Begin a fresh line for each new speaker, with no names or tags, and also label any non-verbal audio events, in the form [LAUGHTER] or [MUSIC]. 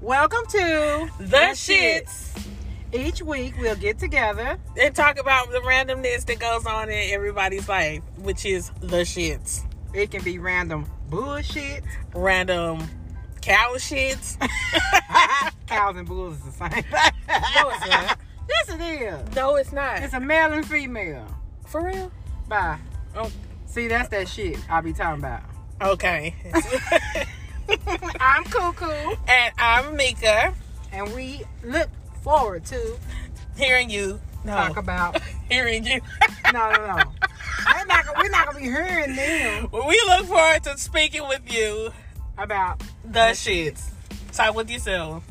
Welcome to
The Shits.
Each week we'll get together.
and talk about the randomness that goes on in everybody's life, which is the shits.
It can be random
[LAUGHS]
bullshit.
Random cow shits. [LAUGHS]
Cows and bulls is the same. thing.
No, it's not.
[LAUGHS] Yes, it is.
No, it's not.
It's a male and female.
for real.
Bye.
Oh,
See, that's that shit I be talking about.
okay. [LAUGHS]
I'm Cuckoo,
and I'm Mika,
and we look forward to
hearing you. No,
talk about.
[LAUGHS] hearing you.
No, no, no. They're not gonna- we're not gonna be hearing them
we look forward to speaking with you.
about
The shits. Talk with yourself.